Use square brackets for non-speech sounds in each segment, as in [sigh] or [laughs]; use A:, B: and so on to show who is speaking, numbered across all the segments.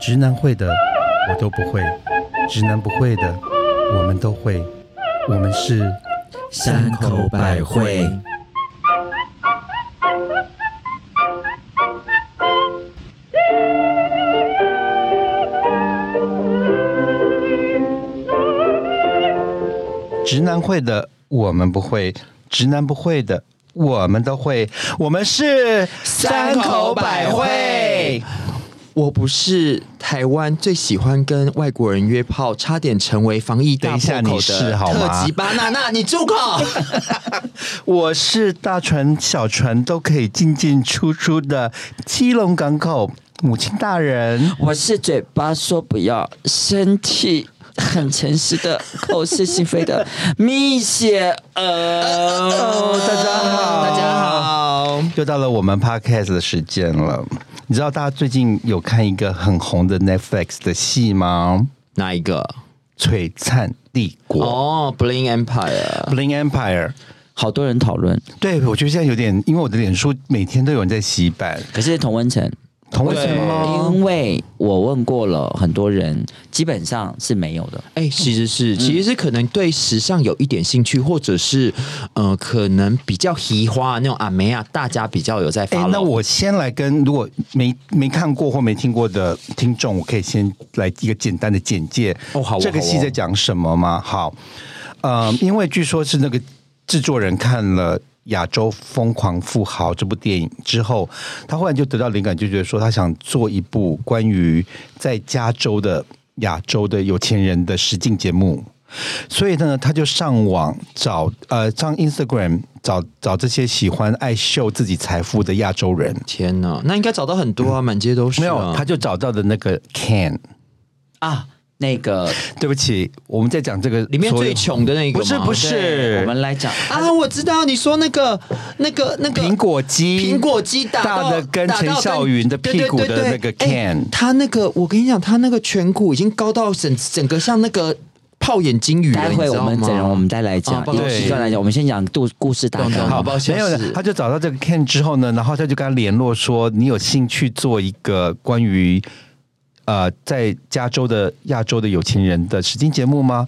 A: 直男会的我都不会，直男不会的我们都会，我们是
B: 山口百惠。
A: 直男会的我们不会，直男不会的我们都会，我们是
B: 山口百惠。我不是台湾最喜欢跟外国人约炮，差点成为防疫大
A: 等一下
B: 破口
A: 你是
B: 的
A: 好吗
B: 特级巴娜娜，你住口！
A: 我是大船小船都可以进进出出的基隆港口母亲大人。
C: [laughs] 我是嘴巴说不要，身体很诚实的，口是心非的蜜雪儿。
A: 哦大家好，
B: 大家。 [laughs] 好，
A: 又到了我们 podcast 的时间了。你知道大家最近有看一个很红的 Netflix 的戏吗？
B: 哪一个？
A: 《璀璨帝国》
B: 哦，Bling Empire，
A: （Bling Empire）。
C: 好多人讨论，
A: 对，我觉得现在有点，因为我的脸书每天都有人在洗版，
C: 可是童文成，
A: 同为什么？
C: 因为我问过了很多人，基本上是没有的。
B: 哎、其实是，
C: 嗯
B: 其实是可能对时尚有一点兴趣，或者是呃，可能比较嘻花那种阿梅啊，大家比较有在
A: 哎
B: 发。，
A: 那我先来跟如果没没看过或没听过的听众，我可以先来一个简单的简介。
B: 哦好哦
A: 这个戏
B: 好哦
A: 在讲什么吗？好，呃，因为据说是那个制作人看了《亚洲疯狂富豪》这部电影之后，他忽然就得到灵感，就觉得说他想做一部关于在加州的亚洲的有钱人的实境节目。所以呢，他就上网找呃，上 Instagram 找找这些喜欢爱秀自己财富的亚洲人。
B: 天哪，那应该找到很多啊，满街都是、啊。
A: 没有，他就找到的那个 Can。
C: 啊，那个，
A: 对不起，我们在讲这个
B: 里面
A: 所有
B: 最穷的那个
A: 不是
B: 吗
A: 不是
C: 对我们来讲
B: 啊，我知道你说那个那个那个
A: 苹果肌，
B: 苹果肌打
A: 大
B: 到
A: 的跟
B: 打到
A: 陈孝云的屁股
B: 对对
A: 的那
B: 对
A: 个
B: 对哎
A: can。
B: 他那个我跟你讲，他那个颧骨已经高到整整个像那个泡眼金鱼了，
C: 待
B: 你
C: 会
B: 知道
C: 我们
B: 吗
C: 整容，我们再来讲
B: 哦，抱
C: 因
B: 歉
C: 为习惯来讲，我们先讲故故事大纲。
A: 好
B: 好不好意思
A: 没有
B: 是
A: 他就找到这个 Ken 之后呢，然后他就跟他联络说，你有兴趣做一个关于呃在加州的亚洲的有钱人的实境节目吗？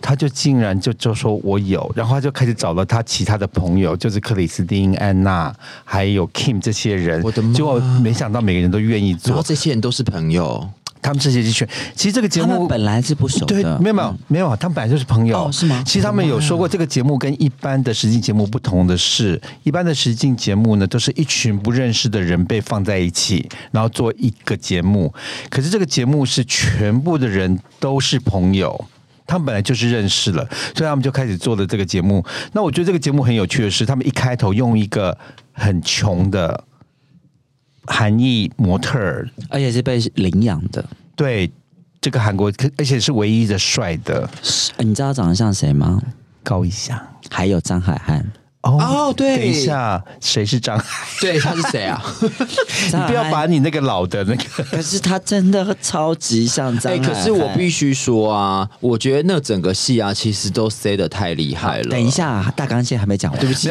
A: 他就竟然就就说我有，然后他就开始找了他其他的朋友，就是克里斯汀、安娜还有 Kim 这些人，
B: 我的妈
A: 结果没想到每个人都愿意
B: 然
A: 做，
B: 后这些人都是朋友，
A: 他们这些就选。其实这个节
C: 他
A: 目
C: 们本来是不熟
A: 对，
C: 的，嗯
A: 没有没有没有，他们本来就是朋友，
C: 哦是吗
A: 其实他们有说过，这个节目跟一般的实境节目不同的是，一般的实境节目呢，都是一群不认识的人被放在一起，然后做一个节目。可是这个节目是全部的人都是朋友。他们本来就是认识了，所以他们就开始做了这个节目。那我觉得这个节目很有趣的是，他们一开头用一个很穷的韩裔模特儿，
C: 而且是被领养的。
A: 对这个韩国，而且是唯一的帅的，
C: 呃你知道他长得像谁吗？
A: 高一下。
C: 还有张海汉，
B: 哦对
A: 等一下，谁是张翰？
B: 对，他是谁
C: [laughs]
B: 啊？
C: 你
A: 你不要把。你那个老的那个，
C: 可是他真的超级像张
B: 哎、
C: 海汉。
B: 可是我必须说啊，我觉得那整个戏啊，其实都塞的太厉害了。
C: 等一，下，大纲线还没讲完，对不起。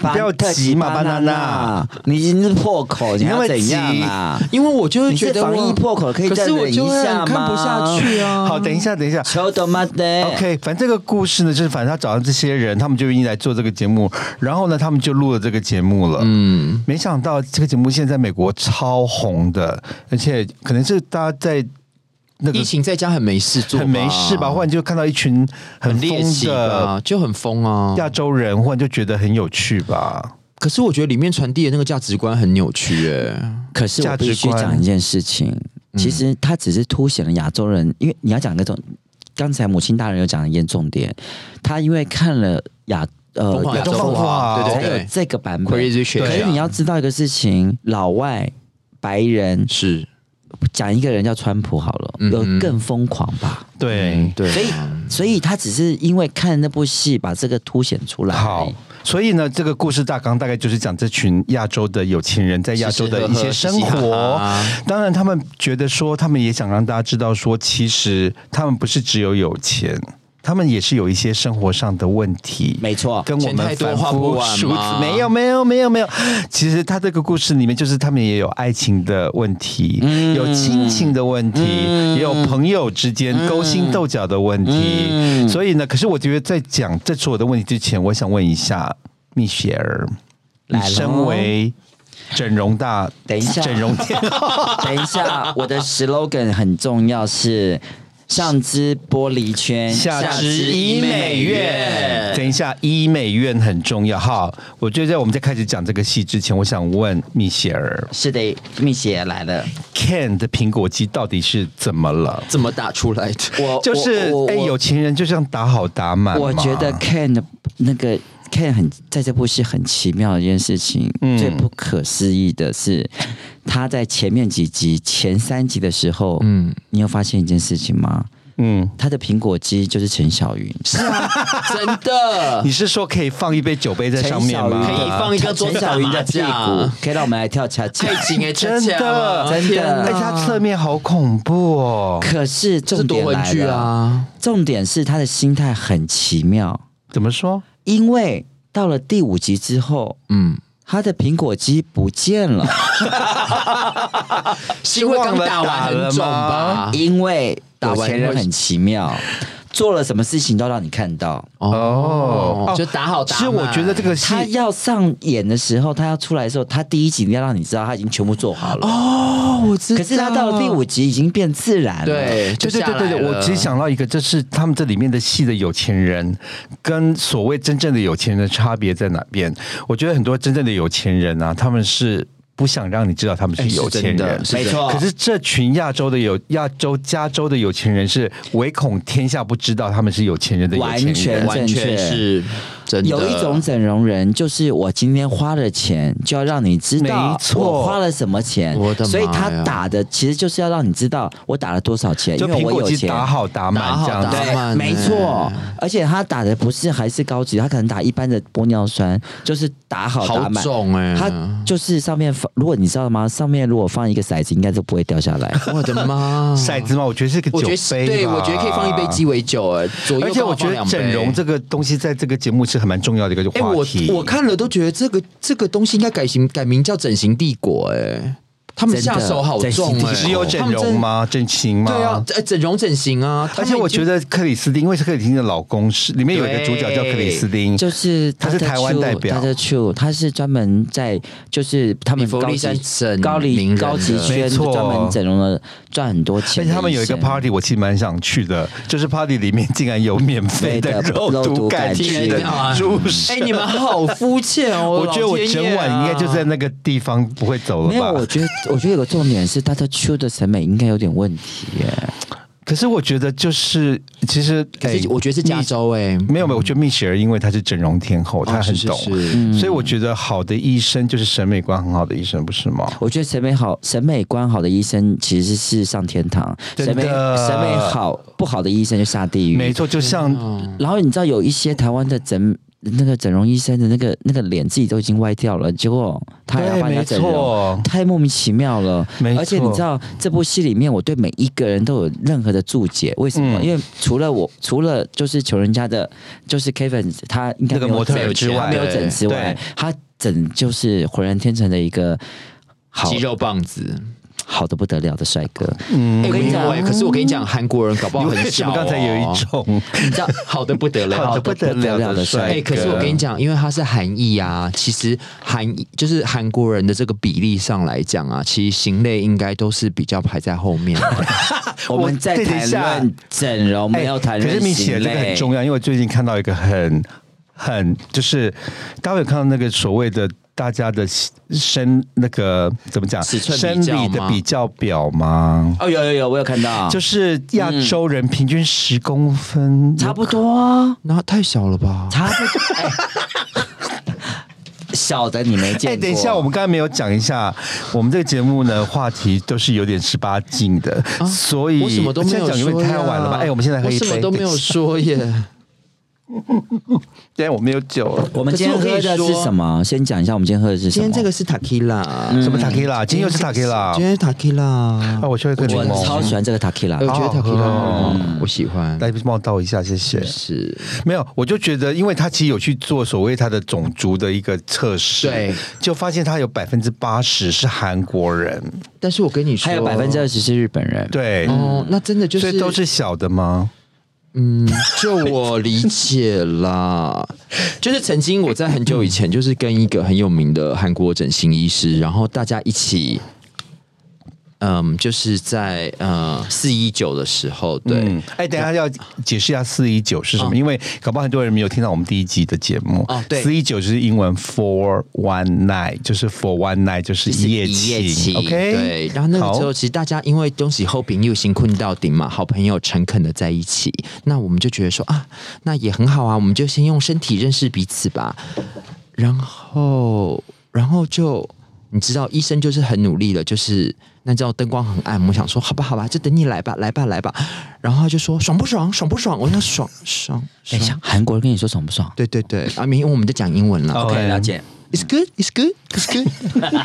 A: 你不要急嘛，巴娜娜。，
C: 啊你已经是破口，你
A: 你那
C: 要
A: 么
C: 怎样
A: 急
C: 啊？
B: 因为我就会觉得
C: 你是防疫
B: 我
C: 破口可以
B: 可
C: 再
B: 是我
C: 忍一下
B: 就
C: 吗
B: 会很看不下去啊。
A: [laughs] 好，等一下，等一下。
C: 求的妈的
A: OK，反正这个故事呢，就是反正他找到这些人，他们就愿意来做这个节目，然后呢，他们就录了这个节目了。嗯，没想到这个节目现在美国超红的，而且可能是大家在那个
B: 疫情在家很没事做，
A: 很没事吧，忽然就看到一群很
B: 很猎
A: 疯
B: 奇
A: 的
B: 啊，就很疯啊。
A: 亚洲人，忽然就觉得很有趣吧。
B: 可是我觉得里面传递的那个价值观很扭曲、哎，
C: 可是我
A: 价值
C: 必须
A: 观
C: 讲一件事情，其实它只是凸显了亚洲人，因为你要讲那种，刚才母亲大人有讲一件重点，他因为看了亚哦呃
B: 疯狂
A: 亚
B: 亚
A: 洲
B: 洲
A: 疯
B: 风
A: 狂
B: 化，
A: 对
B: 对
C: 才
B: 对
C: 有
B: 对
C: 这个版本。
B: ，Crazy Shit，
A: 对
C: 可是你要知道一个事情，老外、白人，
B: 是，
C: 讲一个人叫川普好了，
B: 嗯
C: 有
B: 嗯
C: 更疯狂吧？
A: 对，
B: 对，
C: 所以，所以他只是因为看那部戏，把这个凸显出来。
A: 好，，所以呢，这个故事大纲大概就是讲这群亚洲的有钱人在亚洲的一些生活。
B: 吃吃喝喝嘻嘻哈哈
A: 当然，他们觉得说，他们也想让大家知道说，其实他们不是只有有钱，他们也是有一些生活上的问题，
C: 没错
A: 跟我
B: 钱太
A: 们
B: 多
A: 凡
B: 花不
A: 夫
B: 完
A: 俗
B: 吗
A: 子没有没有没有没有。其实他这个故事里面，就是他们也有爱情的问题，有亲情的问题，也有朋友之间勾心斗角的问题。所以呢，可是我觉得在讲这所有的问题之前，我想问一下蜜雪儿，你
C: 来咯
A: 身为整容大，
C: 等一下
A: 整容店
C: 等一下，我的 slogan 很重要是上肢玻璃圈，
A: 下
C: 肢
A: 肢医美院。等一下，医美院很重要哈。我觉得在我们在开始讲这个戏之前，我想问蜜雪儿
C: 是的，蜜雪来了。
A: ，Ken 的苹果肌到底是怎么了？
B: 怎么打出来的？
C: 我
A: 就是
C: 我我
A: 哎，
C: 我
A: 有情人就这样打好嗯打满嘛。
C: 我觉得 Ken 的那个 Ken 很在这部戏很奇妙的一件事情，
A: 嗯
C: 最不可思议的是他在前面几集、前三集的时候，嗯，你有发现一件事情吗？
A: 嗯，
C: 他的苹果肌就是陈小云，
B: 真的
A: 你是说可以放一杯酒杯在上面吗？
C: 陈小
B: 可
C: 云的
B: 以放一个桌
C: 啊陈
B: 子打
C: 小云
B: 麻
C: 的屁股
B: 将，
C: 可以让我们来跳恰恰
B: 太。
C: [laughs]
B: 紧哎，恰
A: 真
B: 恰
A: 的
B: 天
C: 真的
A: 哎，
B: 哪
A: 它侧面好恐怖哦！
C: 可是
B: 这
C: 重
B: 是
C: 点
B: 多文
C: 来
B: 具
C: 了，
B: 啊！
C: 重点是他的心态很奇妙，
A: 怎么说？
C: 因为到了第五集之后，
B: 嗯，
C: 他的苹果肌不见了。
B: 是因为刚打完很肿吧？
C: 因为有钱人很奇妙，做了什么事情都让你看到。
A: 哦
B: 就打好打
A: 其
B: 满。
A: 实我觉得这个戏
C: 他要上演的时候，他要出来的时候，他第一集要让你知道他已经全部做好了。
B: 哦，我知道。
C: 可是他到了第五集已经变自然了。
B: 对，
A: 对
B: 就
A: 对
B: 下
A: 对
B: 来
A: 对对，
B: 了
A: 我其实想到一个，就是他们这里面的戏的有钱人跟所谓真正的有钱人的差别在哪边？我觉得很多真正的有钱人啊，他们是不想让你知道他们
B: 哎
A: 是
B: 是
A: 有钱
B: 真的
A: 人，
B: 是真的
C: 没错
A: 可是这群亚洲的有亚洲加州的有钱人是唯恐天下不知道他们是有钱人的有钱人，
C: 完全
B: 完全
C: 正确
B: 是真的。
C: 有一种整容人，就是我今天花了钱，就要让你知道
A: 没错
C: 我花了什么钱
B: 我的。妈呀
C: 所以他打的其实就是要让你知道我打了多少钱，
A: 就
C: 因为
A: 苹
C: 我
A: 果
C: 有
A: 肌
C: 钱。
A: 打好打
B: 打
A: 满
B: 好
A: 这样
B: 打
A: 子。
B: 满慢欸
C: 对，没错，而且他打的不是还是高级，他可能打一般的玻尿酸，就是打好打
B: 好
C: 满。
B: 肿哎，
C: 它就是上面放，如果你知道吗？上面如果放一个骰子，应该就不会掉下来。
B: 我的 [laughs] 妈！
A: 骰子嘛，我觉得是个
B: 我
A: 酒
B: 觉
A: 杯
B: 得
A: 吧。
B: 是对，我觉得可以放一杯鸡尾酒哎，左右
A: 而且我觉
B: 刚好放
A: 得
B: 两
A: 整
B: 杯
A: 容这个东西在这个节目是很蛮重要的一个
B: 哎、
A: 话题。
B: 我我看了都觉得这个这个东西应该改型改名叫整形帝国哎、他们
C: 真
B: 下
C: 的
B: 手好
C: 整形
B: 重
C: 帝
B: 哎、
C: 国
A: 只有整容吗？整形
B: 他
A: 吗？
B: 们真？对啊，。呃整容整形啊，
A: 而且我觉
B: 得
A: 得克里斯汀，因为是克里斯汀的老公是里面有一个主角叫克里斯汀，
C: 就是
A: 嗯他是台湾代表
C: 他是 Chu，他是专门在就是他们
B: 比佛
C: 高
B: 利
C: 级
B: 山整
C: 高
B: 名
C: 级
B: 人
C: 高级
B: 的
A: 没
C: 圈
A: 错
C: 专门整容的赚很多钱
A: 而
C: 的
A: 且
C: 医生。
A: 他们有一个 party，我其实蛮想去的，就是 party 里面竟然有免费的
C: 对的
A: 肉
C: 肉
A: 毒
C: 毒
A: 杆
C: 杆
A: 菌
B: 菌
A: 的
B: 啊
A: 注射。
B: 哎、你们好肤浅
A: [laughs]
B: 哦！
A: 我觉得我整晚
B: 啊
A: 应该就在
B: 那
A: 那个地方不会走
C: 没有，
A: 了
C: 我
A: 吧？
C: 觉得我觉得有个重点是，他的 Chu 的审美应该有点问题耶。
A: 可是我觉得就是其实，
B: 可
A: 哎
B: 是我觉得是加州哎、
A: 没有没有，我觉得蜜雪儿因为她是整容天后，她
B: 哦
A: 很
B: 是是
A: 懂，
B: 是嗯
A: 所以我觉得好的医生就是审美观很好的医生，不是吗？
C: 我觉得审美好、审美观好的医生其实是上天堂，
A: 真
C: 审
A: 的
C: 美审美好不好的医生就下地狱。
A: 没错，就
B: 嗯
A: 像
C: 然后你知道有一些台湾的整那个整容医生的那个那个脸自己都已经歪掉了，结果他还要
A: 对，
C: 帮人
A: 没
C: 家整容。
A: 错，
C: 太莫名其妙了
A: 没，错
C: 而且你知道这部戏里面，我对每一个人都有任何的注解，为什么？
A: 嗯
C: 因为除了我，除了就是求人家的，就是 Kevin 他应该
A: 那个
C: 没有
A: 模特
C: 整
A: 儿之外
C: 他没有
B: 对
C: 整之外
A: 对，
C: 他整就是浑然天成的一个好
B: 肌肉棒子。
C: 好的不得了的帅哥。
B: 哎
A: 嗯
C: 我跟你讲
B: 没有哎可是我跟你讲，韩国人搞不好
A: 你
B: 很
A: 为什
B: 小、哦。
A: 么刚才有一种
B: 你
A: [laughs]
B: 知道，好的不得了，
A: 好的不得了呃的帅哥？
B: 哎、可是我跟你
A: 讲，
B: 讲，因为它是韩裔啊，其实韩裔就是韩国人的这个比例上来讲啊，其实型类应该都是比较排在后
A: [laughs]
B: 面的。
C: 我们在
A: 对等一
C: 谈
A: 下
C: 论整容，没有谈
A: 哎可是
C: 论
A: 你写
C: 型
A: 这个很
C: 类。
A: 重要，因为我最近看到一个很很就是，大家有看到那个所谓的。大家的生那个怎么讲？
B: 尺寸
A: 生
B: 比
A: 理
B: 较
A: 的
B: 吗啊
A: 比较表吗？
C: 哦，有有有，我有看到，
A: 就是是亚
B: 嗯
A: 洲人平均十公分，
C: 差不多啊，
B: 那太小了吧？
C: 差不多。哎
A: [laughs]
C: [laughs] 小的你没见过，
A: 哎、等一下，我们刚才没有讲一下，我们这个节目呢，话题都是有点十八禁的，所以
B: 我什么都没有
A: 现在
B: 说
A: 讲
B: 呀，
A: 因为太晚了吧？哎、我们现在喝 [laughs]
B: 我
A: 一杯，
B: 什么都没有说耶。
A: 对，我没有酒了。
C: 我们
B: 可是
C: 今天
B: 我跟
C: 喝
B: 你
C: 的是
B: 说
C: 什么？先讲一下我们今天喝的是什
B: 今
C: 么。
B: 天这个是 Takila，、
A: 什么塔 K 啦？今天又是塔 K 啦？
B: 今天是 Takila，
A: 啊，我去喝
C: 我
A: 柠
C: 超喜
A: 檬，
C: 欢这个 Takila，
B: 哎我觉
A: 好
B: 得
A: 好喝
B: Takila
A: 哦
B: 很好我喜欢，
A: 来帮我倒一下，谢谢。
B: 是
A: 没有，我就觉得，因为他其实有去做所谓他的种族的一个测试，
B: 对，
A: 就发现他有百分之八十是韩国人，
B: 但是我跟你说，
C: 还有百分之二十是日本人。
A: 对，
B: 哦，那真的就
A: 所以
B: 是
A: 都是小的吗？
B: 嗯，就我理解啦，就是曾经我在很久以前，就是跟一个很有名的韩国整形医师，然后大家一起，嗯，就是在呃四一九的时候，对，
A: 嗯，哎，等一下要解释一下四一九是什么，因为搞不好很多人没有听到我们第一集的节目。
B: 哦啊对
A: 四一九就是英文 for one night，就是 for one night 就是
B: 就是
A: 一夜
B: 一夜情
A: OK，
B: 对。然后那个时候，其实大家因为东西后朋友辛困到顶嘛，好朋友诚恳的在一起，那我们就觉得说啊，那也很好啊，我们就先用身体认识彼此吧。然后，然后就你知道，医生就是很努力的，就是那知道灯光很暗，我们想说好吧，好吧，就等你来吧，来吧，来吧。然后他就说爽不爽，爽不爽？我说爽爽爽
C: 等一。下，哎韩国人跟你说爽不爽
B: 对对对，啊，明因为我们在讲英文了。
A: OK，了 [laughs] 解。
B: It's good, it's good,
A: [laughs]
B: it's good 。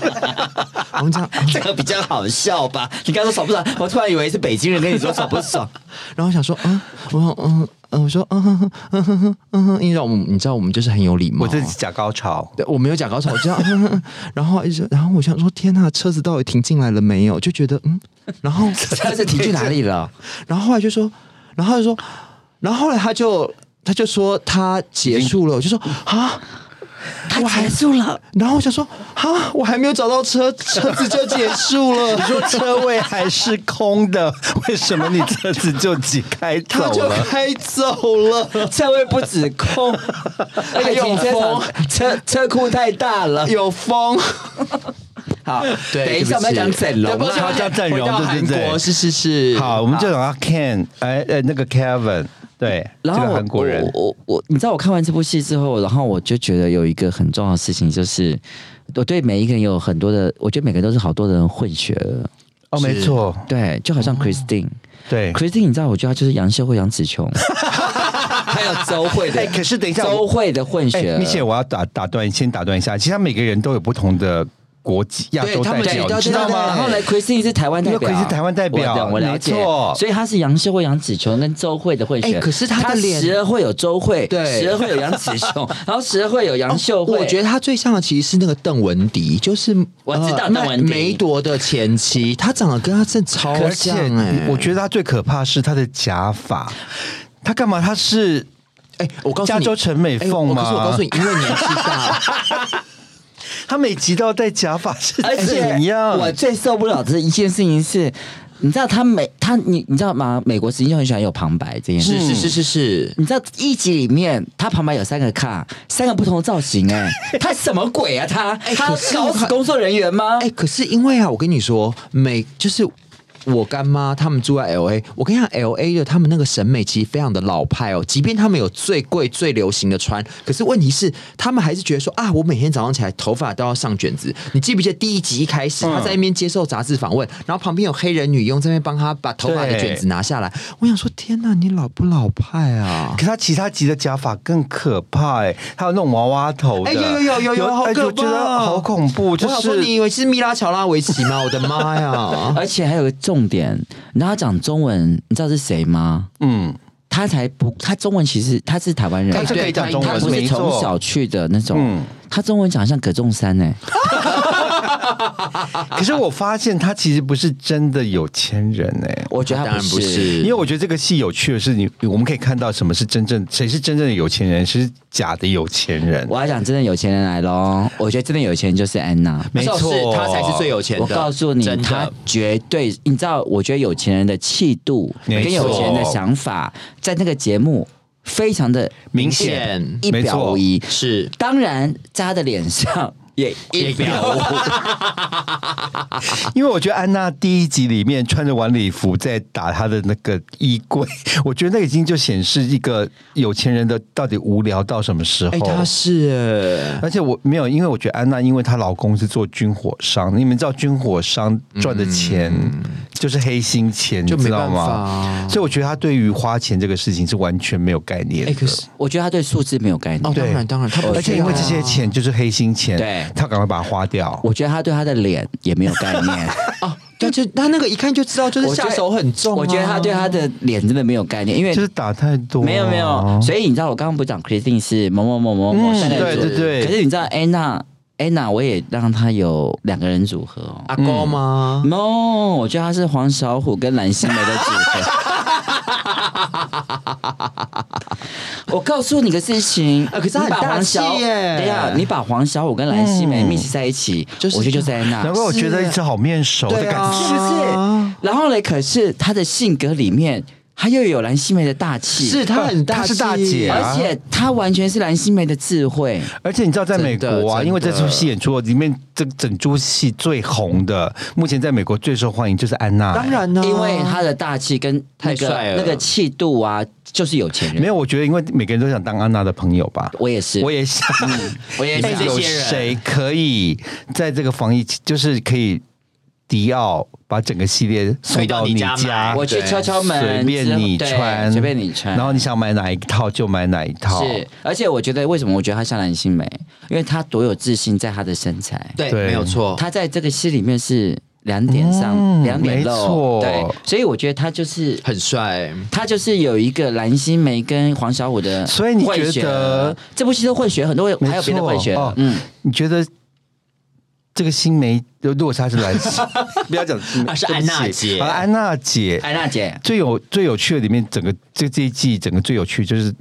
B: 我们这样，啊
C: 这个比较好笑吧？你刚说爽不爽？我突然以为是北京人跟你说爽
A: [laughs]
C: 不爽。
B: 然后我想说，嗯，我说，嗯，嗯，我说，嗯哼哼，嗯哼哼，嗯哼，你知道我们，你知道我们就是很有礼貌。
A: 我这是假高潮。
B: 对我没有假高潮，我知道。嗯哼哼然后一直，然后我想说，天呐，车子到底停进来了没有？就觉得，嗯，然后
C: [laughs] 车子停去哪里了？
B: [laughs] 然后后来就说，然后他就说，然后后来他就他就说他结束了，我就说啊。
C: 他结束了，
B: 然后我想说，啊，我还没有找到车，车子就结束了。
A: 你说车位还是空的，为什么你车子就挤开走
B: 他就
A: 了？
B: 开走了。
C: 车位不止
A: [laughs]
C: 空，而
A: 哎
C: 且停车场车车库太大了。
B: 有风， [laughs]
C: 好，
B: 对
C: 等一下我们要讲整容
B: 对不起
C: 了
A: 好。讲整容
B: 啊
A: 对
B: 回到韩
A: 对对
B: 国是是 [laughs] 是，啊
A: 好，我们就讲到 Ken，哎哎，那个 Kevin，对，这
C: 然后
A: 个
C: 我
A: 韩国人，
C: 我我我，你知道我看完这部戏之后，然后我就觉得有一个很重要的事情，就是我对每一个人有很多的，我觉得每个人都是好多的人混血了。
A: 哦，没错，
C: 对，就好像 Christine，Christine，、
A: 哦对。
C: Christine，你知道，我觉得她就是杨秀慧、杨
A: [laughs]
C: 紫琼，还有周慧的。
A: 哎可是等一下
C: 周慧的混
A: 哎
C: 血，
A: 米姐，我要打打断，先打断一下。其实他每个人都有不同的国籍，亚洲
B: 他
A: 代
B: 们
A: 表，
B: 对
A: 你知道
C: 对对对然
A: 吗
C: 后？呢，Christine 是台湾代
A: 因为
C: 表
A: Christine 是台湾代表
C: 我懂我了解
A: 没错，
C: 所以她是杨秀慧、杨紫琼跟周慧的混血。
B: 哎可是她的
C: 她
B: 脸
C: 时而会有周慧，
B: 对
C: 时而会有杨紫琼，
A: [laughs]
C: 然后时而会有杨秀慧。
B: 我觉得他最像的其实是那个邓文迪，就是
C: 我知道
B: 呃
C: 邓文迪
B: 梅朵的前妻，他长得跟他真的超
A: 而且
B: 像哎、
A: 我觉得他最可怕是他的假发，他干嘛？他是
B: 哎、我告诉
A: 加
B: 你，
A: 州陈美
B: 哎我
A: 凤吗？
B: 可是我告诉你，，因为年纪 [laughs] 大，
A: 他每集都要戴假发，是
C: 而且
A: 怎样？
C: 我最受不了的一件事情是，你知道他美他你你知道吗？美国实际上很喜欢有旁白这件事。
B: 是是是是是，
C: 你知道一集里面他旁白有三个卡，三个不同的造
B: [laughs]
C: 型、哎，他什么鬼啊？他、他
B: 哎可是
C: 搞
B: 我
C: 死
B: 看
C: 工作人员吗？
B: 哎、可是因为啊，我跟你说，美就是我干妈他们住在 L A，我跟你讲，L A 的他们那个审美其实非常的老派哦。即便他们有最贵、最流行的穿，可是问题是，他们还是觉得说啊，我每天早上起来头发都要上卷子。你记不记得第一集一开始，
A: 嗯
B: 他在那边接受杂志访问，然后旁边有黑人女佣在那边帮他把头发的
A: 对
B: 卷子拿下来。我想说，天哪，你老不老派啊？
A: 可他其他集的假发更可怕哎、还有那种娃娃头的，
B: 哎、有有有有有，好
A: 哎
B: 可
A: 我
B: 怕
A: 觉得
B: 哦！
A: 好恐怖，就
B: 我想说，
A: 是
B: 你以为是米拉乔拉维奇吗？我的妈
C: [laughs]
B: 呀！
C: 而且还有个重点，你知道他讲中文，你知道是谁吗？
A: 嗯，
C: 他才不，他中文其实他是台湾人，
B: 哎
A: 他是可以讲中文
C: 他不是
A: 没错
C: 从小去的那种，
A: 嗯
C: 他中文讲得像葛仲山哎、
A: 可是我发现他其实不是真的有钱人哎、
C: 我觉得
B: 啊当
C: 他
B: 然不是，
A: 因为我觉得这个戏有趣的是你，我们可以看到什么是真正，谁是真正的有钱人，谁是假的有钱人。
C: 我要讲真的有钱人来喽，我觉得真的有钱人就是安娜。
A: 没错
B: 就是他才是最有钱的。
C: 我告诉你，
B: 真
C: 他
B: 的。
C: 绝对，你知道，我觉得有钱人的气度
A: 没错
C: 跟有钱人的想法，在那个节目非常的
A: 明
B: 显
C: 一
A: 没
C: 表
A: 错
C: 无遗。
B: 是
C: 当然，在他的脸上也一表无
B: [laughs]
C: 遗。
A: 因为我觉得安娜第一集里面穿着晚礼服在打她的那个衣柜，我觉得那已经就显示一个有钱人的到底无聊到什么时候。
B: 哎、他是
A: 而且我没有，因为我觉得安娜，因为她老公是做军火商，你们知道军火商赚的钱就是黑心钱，
B: 嗯就
A: 你知
B: 没
A: 道
B: 办法
A: 吗
B: 啊？
A: 所以我觉得他对于花钱这个事情是完全没有概念
B: 哎、
A: 的。
B: 可是
C: 我觉得他对数字没有概念。
B: 哦，当然当然，他不
A: 而且因为这些钱就是黑心钱，
C: 对
A: 他赶快把它花掉。
C: 我觉得他对他的脸也没有概念。
B: 啊，但是他那个一看就知道，就是
C: 我觉
B: 下
C: 得
B: 手很重啊、
C: 我觉得他对他的脸真的没有概念，因为
A: 就是打太多、啊
C: 没有没有，所以你知道我刚刚不是讲 Christine 是某某某某某
A: 嗯
C: 三人组，
A: 对对对
C: 可是你知道 Anna Anna 我也让她有两个人组合哦。
B: 阿公吗？
C: no，我觉得她是黄小虎跟蓝心湄的组合。
B: [laughs]
C: 我告诉你个事情，
B: 啊可是她很
C: 你把
B: 大
C: 黄
B: 气
C: 小
B: 耶嗯
C: 等一下，你把黄小虎跟蓝心湄 mix 在一起，
B: 就是
C: 我觉得就是 Anna。
A: 难怪我觉得一直好面熟的
B: 啊对
A: 感
B: 啊
A: 觉。
C: 是不是
B: 啊？
C: 然后嘞，可是她的性格里面，她又有蓝心湄的大气，
B: 是他很大
A: 她
B: 气，
A: 是大姐啊
C: 而且她完全是蓝心湄的智慧。
A: 而且你知道，在美国啊，
B: 真的
A: 因为这出戏演出里面，这整出戏最红的，目前在美国最受欢迎就是安娜、
B: 当然呢、啊
C: 因为他的大气跟那
B: 太
C: 个
B: 帅了
C: 那个气度啊，就是有钱人。
A: 没有，我觉得因为每个人都想当安娜的朋友吧。
C: 我也是，
A: 我也想， [laughs]
C: 我也
A: 哎
C: 是
A: 有谁可以在这个防疫，就是可以迪奥把整个系列送到
B: 推
A: 家？
B: 到你家买
C: 我去敲敲门，
A: 随
C: 之
A: 便
C: 后
A: 你
C: 对
A: 穿，
C: 随便你穿。
A: 然后你想买哪一套就买哪一套。
C: 是，而且我觉得为什么我觉得她像蓝心湄，因为她多有自信在她的身材，
B: 对，
A: 对
B: 没有错，
C: 她在这个戏里面是两点上
A: 嗯
C: 两点
A: 没
C: 露，
A: 错
C: 对，所以我觉得她就是
B: 很帅。
C: 他就是有一个蓝心湄跟黄小虎的混血儿，
A: 所以你觉得
C: 这部戏都混血很多，
A: 没错
C: 还有别的混血儿，
A: 哦
C: 嗯，
A: 你觉得这个新梅，如果她是来， [laughs] 不要讲新梅
B: 啊是
A: 对不
B: 安娜
A: 起
B: 姐
A: 啊安娜姐
C: 安娜姐，
A: 最有最有趣的里面，整个这这一季整个最有趣就是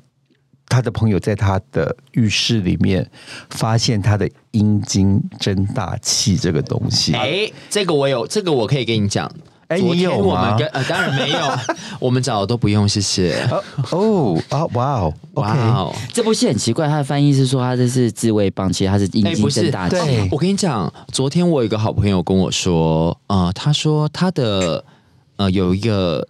A: 他的朋友在他的浴室里面发现他的阴茎真大器这个东西。
B: 哎、这个我有，这个我可以跟你讲。
A: 哎
B: 昨
A: 你
B: 天
A: 有
B: 我们
A: 吗
B: 跟呃，当然没有， [laughs] 我们找的都不用，谢谢。
A: 哦哦啊哇哦
B: 哇
A: ，OK，
B: 哦！
C: 这部戏很奇怪，它的翻译是说它这是自慰棒，其实它是阴
B: 哎、
C: 茎
B: 不是
C: 增大器。
A: 对
B: 我跟你讲，昨天我有一个好朋友跟我说，呃，他说他的呃有一个。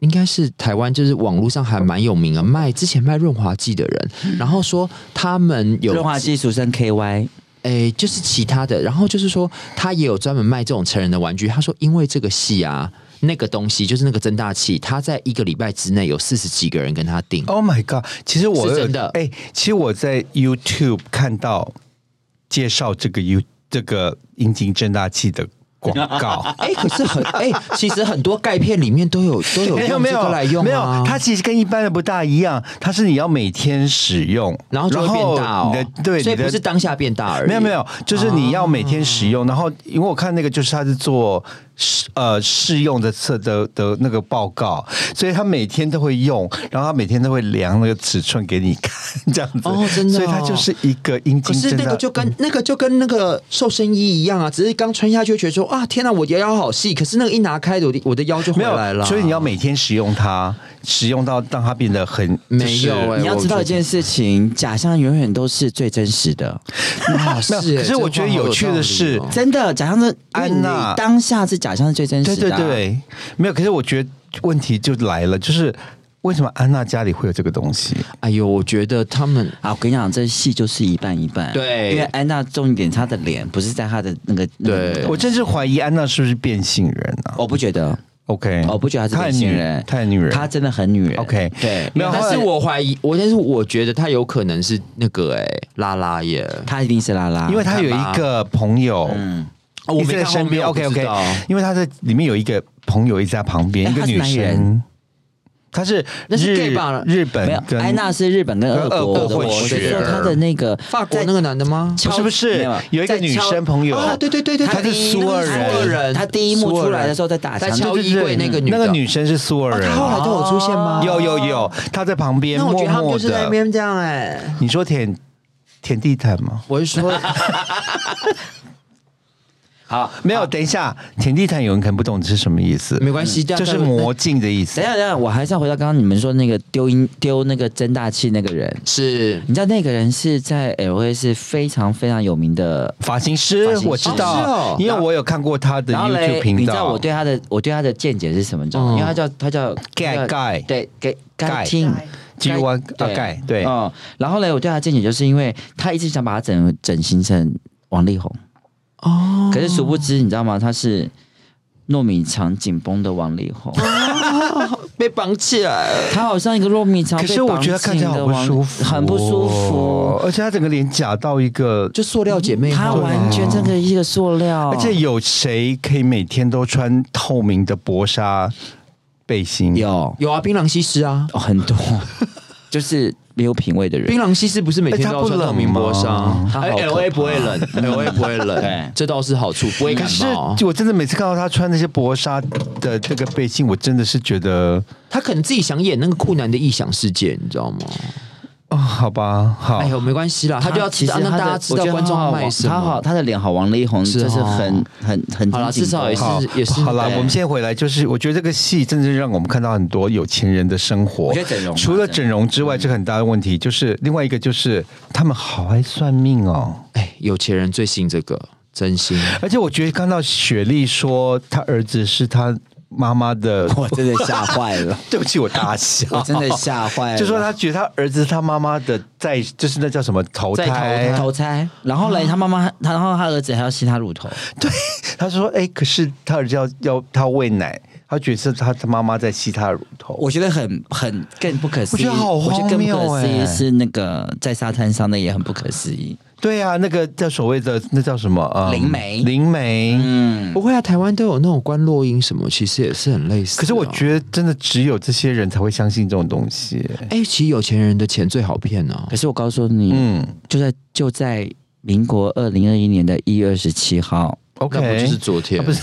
B: 应该是台湾，就是网络上还蛮有名的卖之前卖润滑剂的人，然后说他们有
C: 润滑剂俗称 KY，
B: 诶、就是其他的，然后就是说他也有专门卖这种成人的玩具。他说，因为这个戏啊，那个东西就是那个增大器，他在一个礼拜之内有四十几个人跟他订。
A: ，Oh my God！其实我
B: 是
A: 有
B: 真的。
A: 哎、其实我在 YouTube 看到介绍这个 U 这个阴茎增大器的广告 [laughs]
B: 哎、可是很哎、其实很多钙片里面都有都
A: [laughs]
B: 有
A: 没有
B: 用
A: 没
B: 这
A: 有
B: 个来用、啊、
A: 没有，它其实跟一般的不大一样，它是你要每天使用，
B: 然后就会变大
A: 然
B: 哦
A: 后你的对，
B: 所以
A: 你的
B: 不是当下变大而已。啊
A: 没有没有，就是你要每天使用，然后因为我看那个就是他是做试呃试用的测的的那个报告，所以他每天都会用，然后他每天都会量那个尺寸给你看， [laughs] 这样子
B: 哦真的
A: 所
B: 哦
A: 以它就是一个阴
B: 可
A: 茎
B: 是
A: 真
B: 那个
A: 的。
B: 就跟那个就跟那个瘦身衣一样啊，只是刚穿下去就觉得说啊，天哪、我的腰好细。可是那个一拿开，我的我的腰就回
A: 没有
B: 来了。
A: 所以你要每天使用它，使用到让它变得很
B: 没有哎
C: 你要知道一件事情，假象永远都是最真实的，
A: 没有
B: 啊是欸
A: 可是
B: 这
A: 我
B: 话
A: 觉得
B: 好
A: 有趣的
B: 道理
A: 是
B: 哦
C: 真的假象是
A: 安娜
C: 因为你当下是假象是最真实
A: 对对
C: 的啊、
A: 对，没有。可是我觉得问题就来了，就是为什么安娜家里会有这个东西？
B: 哎呦，我觉得他们
C: 啊，我跟你讲，这戏就是一半一半。
B: 对
C: 因为安娜重点，她的脸不是在她的那个。那个
B: 对哦
A: 我真是怀疑安娜是不是变性人啊？
C: 我不觉得，
A: OK，
C: 我不觉得她是
A: 太
C: 变性
A: 女
C: 人
A: 太女人，
C: 她真的很女人。
A: OK
C: 对，
A: 没有
B: 但
A: 后来
B: 是我怀疑，我但是我觉得他有可能是那个哎、拉拉耶，
C: 她一定是拉拉，
A: 因为她有一个朋友，
C: 嗯，
B: 哦
A: 一直在身边。OK OK，因为她在里面有一个朋友一直在旁边，
C: 哎
A: 一个
C: 他是
A: 女
C: 哪里
A: 生
C: 人，她
A: 是
B: 那是
A: 日
B: gay 吧
A: 日
C: 没
A: 本
C: 有
A: 跟
C: 安娜是日本跟俄
A: 跟俄
C: 国
A: 国
C: 的，
A: 混
C: 我
A: 血
C: 觉
A: 儿
C: 得她的那个
B: 法国
C: 在
B: 那个男的吗？
A: 不是不
C: 没
A: 是
C: 有
A: 有一个
C: 在
A: 女
C: 敲
A: 生朋友，
B: 啊，对对对对，
A: 她是苏俄
B: 那个苏俄
A: 人，
B: 人，
C: 她第一幕出来的时候在打
B: 在
C: 墙，
B: 敲
C: 就是
B: 衣柜那个女
A: 那
B: 的
A: 个女生是苏俄
B: 哦，
A: 人
B: 她，后来都有出现吗？
A: 有有有，她在旁边
B: 那我觉
A: 默
B: 得他们
A: 默
B: 就是在那
A: 的。
B: 边这样哎、
A: 你说舔舔地毯吗？
B: 我是说，
C: 好。
A: 没有，等一下，舔地毯有人可能不懂这是什么意思，
B: 没关系，但
A: 就是魔镜的意思
C: 等一。下，等一下，我还是要回到刚刚你们说那个丢音丢那个增大器那个人，
B: 是
C: 你知道那个人是在 L A 是非常非常有名的
A: 发型师
C: 发型师
A: 我知
B: 哦是
A: 道
B: 哦，
A: 因为我有看过他的
C: 然后
A: YouTube
C: 嘞，你
A: 频
C: 知道
A: 道。啊
C: 我对他的我对他的见解是什么？你知道
B: 嗯
C: 吗？因为他叫他叫
A: Guy，
C: 他叫
A: Guy
C: 对 Guy
A: Guy
C: Guy Ting
A: G One 大
C: 对
A: 概对，
C: 嗯，然后嘞，我对他的见解就是因为他一直想把他整整形成王力宏，
B: 哦，
C: 可是殊不知你知道吗？他是糯米肠紧绷的王力宏，
A: 哦
B: 被绑起来了。
C: 他好像一个糯米肠
A: 可
C: 被
A: 是我
C: 绑
A: 觉得看
C: 紧
A: 起来
C: 的
A: 好不
C: 王力
A: 舒服，哦
C: 很不舒服。，
A: 而且他整个脸假到一个，
B: 就塑料姐妹
C: 他
B: 花，
C: 完全这个一个塑料，
A: 而且有谁可以每天都穿透明的薄纱背心？
C: 有、哦、
B: 有啊，槟榔西施啊，
C: 很多， [laughs] 就是没有品味的人
B: 槟。榔西施不是
C: 哎
B: 每天都要穿透明薄
A: 哎
B: 纱
C: 它不冷
B: 哎
C: 吗？它好
B: ，L
C: 可
B: A
C: 怕
B: 不会
C: [laughs]
B: 冷，L A 不会冷
C: 对，
B: 这倒是好处，不会
A: 可
B: 感
A: 是
B: 冒。啊
A: 我真的每次看到他穿那些薄纱的这个背心，我真的是觉得
B: 他可能自己想演那个酷男的异想世界，你知道吗？
A: 哦，好吧，好
B: 哎，呦，没关系啦，他就要
C: 其
B: 知
C: 实
B: 道，让
C: 他
B: 大家
C: 的
B: 知
C: 我
B: 道
C: 觉得
B: 观众
C: 他
B: 要
C: 好
B: 卖
C: 王
B: 什么。
C: 他好，他的脸好王力宏，
B: 是
C: 就是啊
B: 哦
C: 很很很
B: 好啦
C: 紧哦
B: 至少
C: 绷
B: 也是
A: 好好啦，
B: 对
A: 我们先回来，就是我觉得这个戏真的是让我们看到很多有钱人的生活。
C: 我觉得整容吧啊
A: 除了整容之外，这个很大的问题就是另外一个就是他们好爱算命哦。
B: 哎，有钱人最信这个，真心。
A: 而且我觉得看到雪莉说她儿子是她妈妈的，
C: [laughs] 我真的吓坏 [laughs] 了，
A: 对不起，我大笑，
C: 我真的吓坏了。
A: 就说她觉得她儿子是她妈妈的在，就是那叫什么投
C: 在投
A: 胎
C: 胎，。嗯投胎，然后嘞，他妈妈，他然后他儿子还要吸他乳头，
A: [laughs] 对，她说哎、可是她儿子要要她喂奶，她觉得是她她妈妈在吸她的乳头。
C: 我觉得很很更不可思议，
A: 我觉得好
C: 我觉得
A: 荒
C: 更不
A: 谬
C: 可思
A: 欸
C: 议是那个在沙滩上的也很不可思议，
A: 对啊，那个叫所谓的那叫什么？呃，
C: 灵媒
A: 灵媒。
C: 嗯，
B: 不会啊，台湾都有那种关落音什么，其实也是很类似啊。
A: 可是
C: 哦
A: 我觉得真的只有这些人才会相信这种东西。
B: 哎，其实有钱人的钱最好骗哦
C: 可。是我告诉你，
A: 嗯
C: 就在就在民国二零二一年的一月二十七
A: [laughs]
C: 号，
B: 那不
A: ，OK，
B: 就是昨天？
A: 不是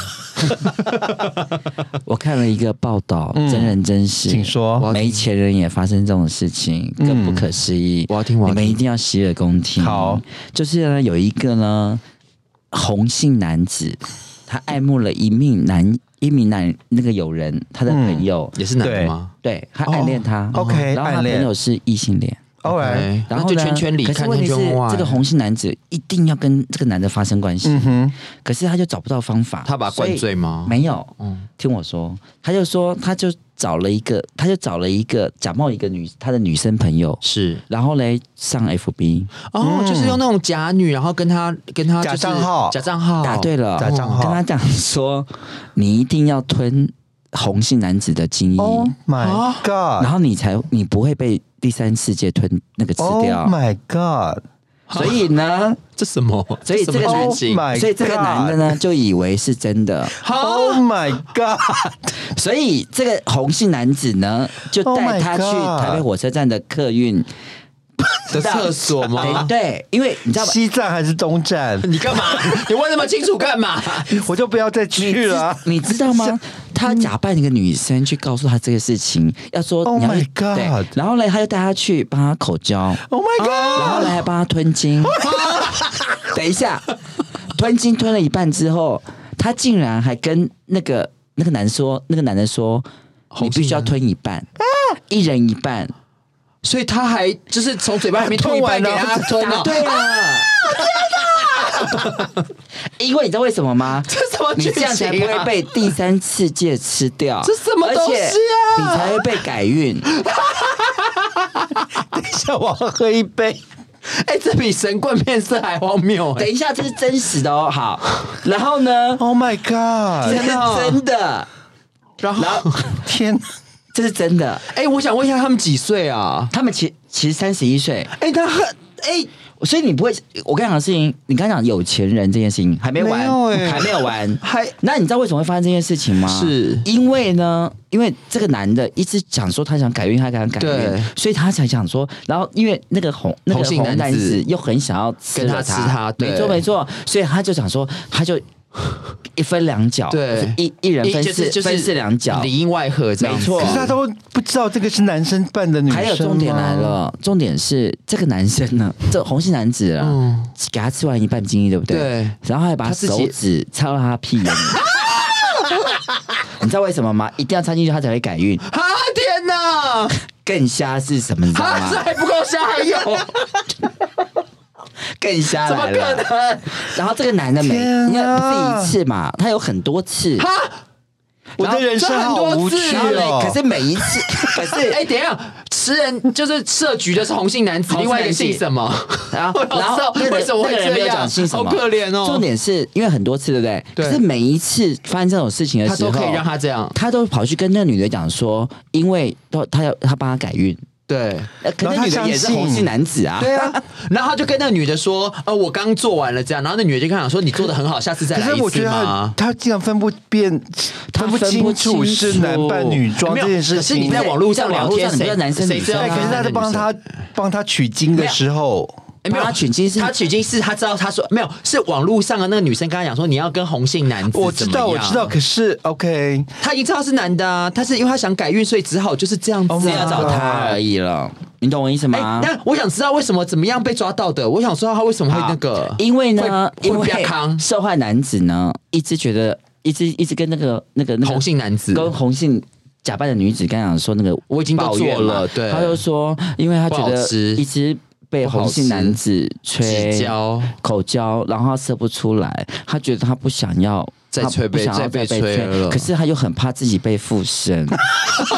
C: 我看了一个报道，
A: 嗯
C: 真人真事，
A: 请说。
C: 没钱人也发生这种事情，
A: 嗯
C: 更不可思议。
B: 我要听，我
C: 你
B: 要
C: 们一
B: 听。
C: 定要洗耳恭听。
A: 好，
C: 就是呢，有一个呢红姓男子，他爱慕了一名男一名男那个友人，他的朋友，
B: 也是男的吗
C: 对他暗恋他、
A: 嗯哦，OK，
C: 然后他
A: 暗
C: 朋
A: 恋
C: 友是异性恋。
A: 偶尔，
B: 哎那
C: 然后
B: 就
C: 呢
B: 圈圈里
C: 可是
B: 看
C: 问
B: 圈
C: 题是
B: 圈外。
C: 这个红姓男子一定要跟这个男的发生关系，
A: 嗯哼，
C: 可是他就找不到方法。
B: 他把他灌
C: 所以
B: 醉吗？
C: 没有，
B: 嗯，
C: 听我说，他就说他就找了一个，他就找了一个假冒一个女他的女生朋友，
B: 是
C: 然后嘞上 FB 嗯
B: 哦，就是用那种假女，然后跟他跟他
A: 假
B: 就是
A: 账号
B: 假账号
C: 啊答对了，
A: 假哦账
C: 跟
A: 号
C: 他讲说你一定要吞红姓男子的精液，
A: ，Oh my
C: 然
A: God，Oh
C: 后你才你不会被第三世界吞那个吃掉。
A: Oh my God，
C: 所以呢，
B: 这什么？
C: 所以这个
B: 什么
C: 男
B: 剧情
A: Oh my
C: 所以这个男的呢就以为是
A: [laughs]
C: 真的，
A: ，Oh my God，
C: 所以这个红姓男子呢就
A: Oh my
C: 带他去
A: God
C: 台北火车站的客运。哎
B: 的厕所吗？
C: 对，因为 [laughs] 你知道吧？
A: 西站还是东站，
B: 你干嘛？ [laughs] 你问那么清楚干嘛？
A: 我就不要再去了啊。
C: 你知道吗？他假扮一个女生去告诉他这个事情，要说
A: Oh
C: 你要去
A: my
C: 对
A: God
C: 然后呢，他就带他去帮他口交，
A: Oh my
C: 然后
A: God，
C: 呢还帮他吞精。等一下，吞精吞了一半之后，他竟然还跟那个那个男说，那个男的说，你
B: 红杏
C: 必须要吞一半，一人一半。
B: 所以他还就是从嘴巴里面吐一半给他吞
C: 答
B: 了，
C: [laughs] 对啊！因为你知道为什么吗？
B: 这什么
C: [laughs] 你
B: 剧
C: 这样才不
B: 情
C: 会
B: 啊？
C: 被第三世界吃掉，
B: 这什么东西啊
C: 而且你才会被改运。
A: 等一下，我要喝一杯。
B: 哎，这比神棍变色还荒谬
C: 等
B: 哎！
C: 一下，这是真实的哦。好，然后呢？
A: Oh my
B: [laughs]
C: 这
A: God，
C: 是
B: 哦
C: 真的，
B: 然后，
A: 天，
C: 这是真的。
B: 哎，我想问一下，他们几岁啊？
C: 他们其其实三十一岁，
B: 哎，他很哎，
C: 所以你不会。我跟你讲的事情，你刚讲有钱人这件事情还没完，
A: 没有欸
C: 还没有完。
B: 哎 [laughs] 还
C: 那你知道为什么会发生这件事情吗？
B: 是
C: 因为呢，因为这个男的一直讲说他想改运，他想改
B: 对
C: 运，所以他才想说，然后因为那个红那个
B: 红姓
C: 红
B: 男
C: 男
B: 子
C: 子又很想要吃
B: 跟他
C: 了
B: 吃他对
C: 没错没错，所以他就想说，他就一分两角，
B: 对
C: 一一人
B: 哎
C: 分饰分饰两角，
B: 里应外合这样子，啊
C: 没错
A: 可是他都不知道这个是男生扮的女生吗。
C: 啊还有重点来了，重点是这个男生
B: [laughs]
C: 呢，这红姓男子啊，
B: 嗯
C: 给他吃完一半精液，对不对？
B: 对
C: 然后还把
B: 他自己
C: 手指插到他
B: [laughs]
C: 屁眼里。你知道为什么吗？一定要插进去，他才会改运。
B: 啊！天哪！
C: 更瞎是什么？你知
B: [laughs]
C: 道
B: 啊，这
C: 吗？
B: 还不够瞎，还
C: [laughs]
B: 有
C: 更瞎
B: 怎么
C: 来
B: 可
C: 了。
B: 能？
C: 然后这个男的每，
A: 天啊
C: 你看不是一次嘛，他有很多次。
B: 啊！
A: 我的人生好无趣
B: 这很
C: 然后
B: 多
C: 呢
A: 哦。
C: 可是每一次，可是 [laughs]
B: 哎，等一下，吃人就是设局的是同性男子，
C: 同性
B: 另外一个
C: 男子
B: 姓什么？
C: 然后，然
B: [laughs] 我
C: 后
B: 知道
C: 那个
B: 为什么会
C: 那个人没有
B: 这样
C: 讲姓什么，
B: 好可怜哦
C: 重点是因为很多次，对不对？
B: 对
C: 可是每一次发生这种事情的
B: 他
C: 时
B: 都
C: 候，
B: 可以让他这样，
C: 他都跑去跟那个女的讲说，因为都他要他帮他改运，
B: 对。
C: 呃可
A: 然后他
C: 那女的
A: 相
C: 也是
A: 信
C: 红姓男子啊，
B: 对啊，然后他就跟那女的说：“呃，我刚做完了这样。”然后那女的就跟他讲说：“你做的很好，下次再
A: 可
B: 来
A: 是
B: 一
A: 我觉
B: 次
A: 得
B: 吗
A: 他他竟然分不辨，
C: 他
A: 分不
C: 分不
A: 清楚
C: 清
A: 是
C: 楚
A: 男扮女？”装
B: 哎没
A: 这
B: 有
A: 件事
B: 可是你
A: 情。
B: 在
A: 对
B: 网络上聊天，
C: 在
B: 谁
C: 网络上你不知道男生
B: 谁
C: 女
B: 知道
C: 生啊
B: 男
A: 可
B: 生
A: 是他在帮
B: 女生
A: 他帮他取经的时候，
B: 哎没有
C: 他取经是
B: 他取经是他知道，他说没有，是网络上的那个女生跟他讲说你要跟红姓男子
A: 我知道
B: 怎么
A: 我
B: 样
A: 知道，，可是 OK，
B: 他已经知道是男的啊，但是因为他想改运，所以只好就是这样子啊
A: Oh
C: 只
A: my
C: 要找
A: God
C: 他而已了，你懂我意思
B: 哎、
C: 吗？
B: 那我想知道为什么怎么样被抓到的？我想知道他为什么会那个，
C: 因为呢，
B: 会
C: 因
B: 会比较
C: 为
A: [laughs]
B: 康
C: 受害男子呢，一直觉得一直一直跟那个那个那个
B: 同性男子
C: 跟红杏假扮的女子刚讲说那个
B: 我已经都
C: 抱怨
B: 做
C: 嘛
B: 了对
C: 他就说，因为他觉
B: 不好
C: 得
B: 吃
C: 一直被
B: 不好
C: 红
B: 吃
C: 杏男子吹
B: 指教
C: 口交，然后他射不出来，他觉得他不想要。
B: 再
C: 他
B: 吹
C: 不
B: 被
C: 想要
B: 再
C: 再
B: 被
C: 被
B: 吹了
C: 可是他又很怕自己被附身，